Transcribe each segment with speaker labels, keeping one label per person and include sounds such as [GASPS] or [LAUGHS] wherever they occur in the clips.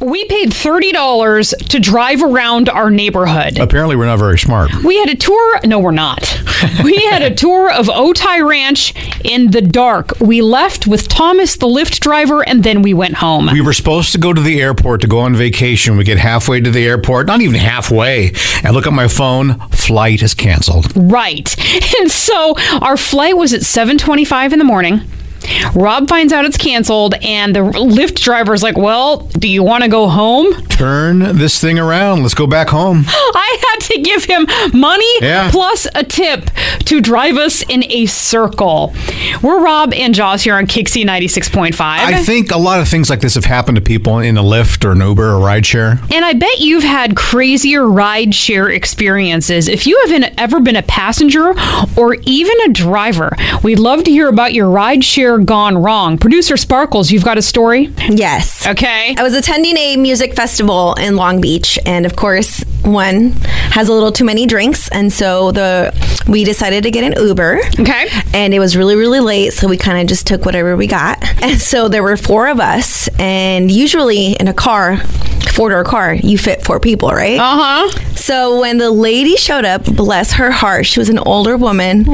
Speaker 1: We paid $30 to drive around our neighborhood.
Speaker 2: Apparently, we're not very smart.
Speaker 1: We had a tour. No, we're not. we had a tour of Otai Ranch in the dark. We left with Thomas, the Lyft driver, and then we went home.
Speaker 2: We were supposed to go to the airport to go on vacation. We get halfway to the airport, not even halfway. I look at my phone, flight is canceled.
Speaker 1: right. [LAUGHS] And so our flight was at 7:25 in the morning. Rob finds out it's canceled, and the Lyft driver's like, "Well, do you want to go home?"
Speaker 2: Turn this thing around. Let's go back
Speaker 3: [GASPS]
Speaker 2: home.
Speaker 1: I had to give him money
Speaker 2: Yeah.
Speaker 1: plus a tip to drive us in a circle. We're Rob and Joss here on Kixie 96.5.
Speaker 2: I think a lot of things like this have happened to people in a Lyft or an Uber or
Speaker 3: [LAUGHS]
Speaker 2: rideshare.
Speaker 1: and I bet you've had crazier ride share experiences. If you haven't ever been a passenger or even a driver, we'd love to hear about your ride share gone wrong. Producer Sparkles, you've got a story?
Speaker 3: Yes.
Speaker 1: Okay.
Speaker 3: I was attending a music festival in Long Beach, and of course, one has a little too many drinks, and so the we decided to get an Uber.
Speaker 1: Okay.
Speaker 3: And it was really, really late, so we kind of just took whatever we got. And so there were four of us, and usually in a car, four door car, you fit four people, right?
Speaker 1: Uh huh.
Speaker 3: So when the lady showed up, bless her heart, she was an older woman,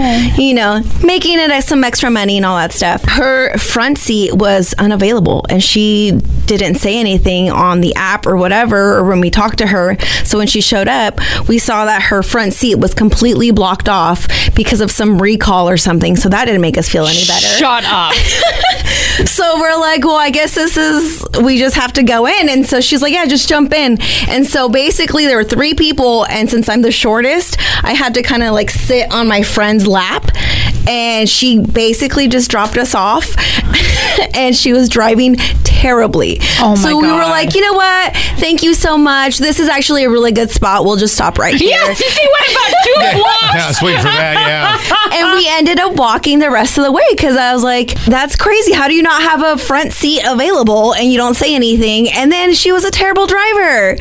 Speaker 3: you know, making it some extra money and all that stuff. Her front seat was unavailable and she didn't say anything on the app or whatever or when we talked to her. So when she showed up, we saw that her front seat was completely blocked off because of some recall or something. So that didn't make us feel any better.
Speaker 1: Shut up.
Speaker 3: So we're like, well, I guess this is, we just have to go in. And so she's like, yeah, just jump in. And so basically, there were three people. And since I'm the shortest, I had to kind of like sit on my friend's lap. And she basically just dropped us off. [LAUGHS] and she was driving terribly.
Speaker 1: Oh, my
Speaker 3: so we were
Speaker 1: God.
Speaker 3: like, you know what? Thank you so much. This is actually a really good spot. We'll just
Speaker 1: [LAUGHS]
Speaker 3: stop right here.
Speaker 1: Yes, she went about two blocks.
Speaker 2: Yeah, I was waiting for that. Yeah.
Speaker 3: and we ended up walking the rest of the way because I was like, that's crazy. How do you not have a front seat available and you don't say anything? And then she was a terrible driver. And it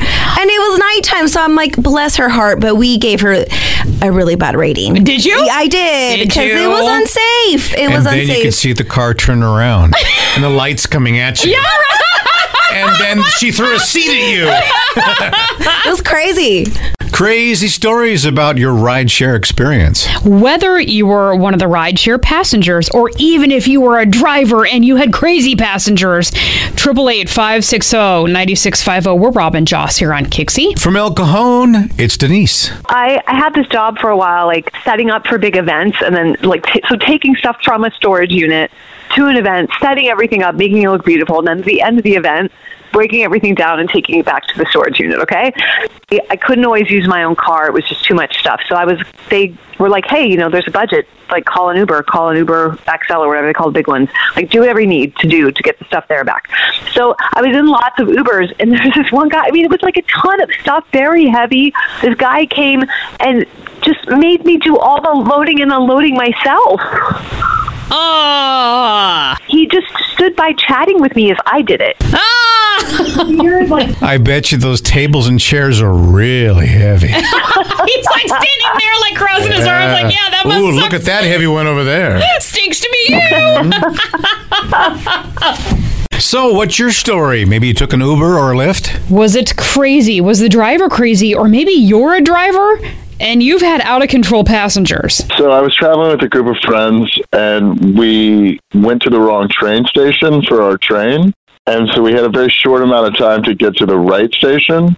Speaker 3: was nighttime. So I'm like, bless her heart. But we gave her a really bad rating.
Speaker 1: Did you?
Speaker 3: I did.
Speaker 1: Did
Speaker 3: because
Speaker 1: you?
Speaker 3: it was unsafe. [LAUGHS] It
Speaker 2: And
Speaker 3: was
Speaker 2: then
Speaker 3: unsafe.
Speaker 2: you could see the car turn around and the lights coming at you. And then she threw a seat at you.
Speaker 3: it was crazy.
Speaker 2: Crazy stories about your rideshare experience.
Speaker 1: Whether you were one of the rideshare passengers or even if you were a driver and you had crazy passengers, 888-560-9650. We're Robin Joss here on Kixie.
Speaker 2: From El Cajon, it's Denise.
Speaker 4: I, I had this job for a while, like setting up for big events, and then like t- so taking stuff from a storage unit to an event, setting everything up, making it look beautiful, and then at the end of the event, breaking everything down and taking it back to the storage unit. Okay, I- I couldn't always use my own car; it was just too much stuff. So I was they were like, hey, you know, there's a budget. Like call an Uber, call an Uber XL or whatever they call the big ones. Like do whatever you need to do to get the stuff there and back. So I was in lots of Ubers, and [LAUGHS] there's this one guy. I mean, it was like a ton of stuff, very heavy. This guy came and just made me do all the loading and unloading myself.
Speaker 1: Ah!
Speaker 4: He just stood by chatting with me as I did it.
Speaker 1: Ah!
Speaker 4: You're like,
Speaker 2: I bet you those tables and chairs are
Speaker 1: [LAUGHS]
Speaker 2: really heavy.
Speaker 1: [LAUGHS] He's like standing there like crossing his arms like, yeah, that must
Speaker 2: Ooh,
Speaker 1: suck.
Speaker 2: look at that heavy one over there.
Speaker 1: Stinks to be you.
Speaker 2: So, what's your story? Maybe you took an Uber or a Lyft?
Speaker 1: Was it crazy? Was the driver crazy? Or maybe you're a driver and you've had out of control passengers.
Speaker 5: So I was traveling with a group of friends, and we went to the wrong train station for our train. And so we had a very short amount of time to get to the right station.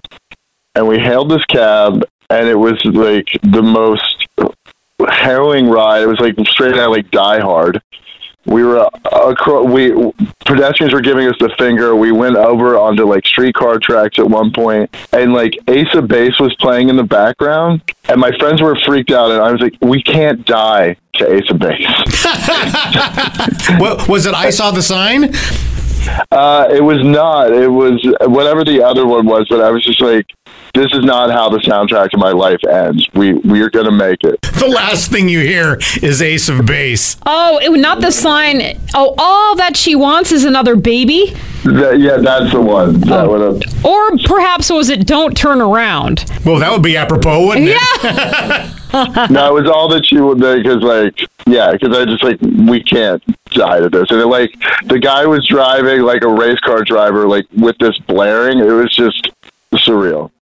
Speaker 5: And we hailed this cab, and it was like the most harrowing ride. It was like straight out like Die Hard. We were across, we pedestrians were giving us the finger. We went over onto like streetcar tracks at one point, and like Ace of Base was playing in the background, and my friends were freaked out, and I was like, "We can't die to Ace of Base." [LAUGHS]
Speaker 2: What, was it I saw the sign?
Speaker 5: Uh, it was not. It was whatever the other one was, but I was just like, this is not how the soundtrack of my life ends. We we are going to make it.
Speaker 2: The last thing you hear is Ace of Base.
Speaker 1: Oh, it, not the sign. Oh, all that she wants is another baby.
Speaker 5: That, yeah, that's the one. That one uh,
Speaker 1: Or perhaps was it don't turn around?
Speaker 2: Well, that would be apropos, wouldn't it?
Speaker 1: Yeah.
Speaker 5: no, it was all that she would because, like, yeah, because I just like we can't die to this. And it, like the guy was driving like a race car driver, like with this blaring. It was just surreal.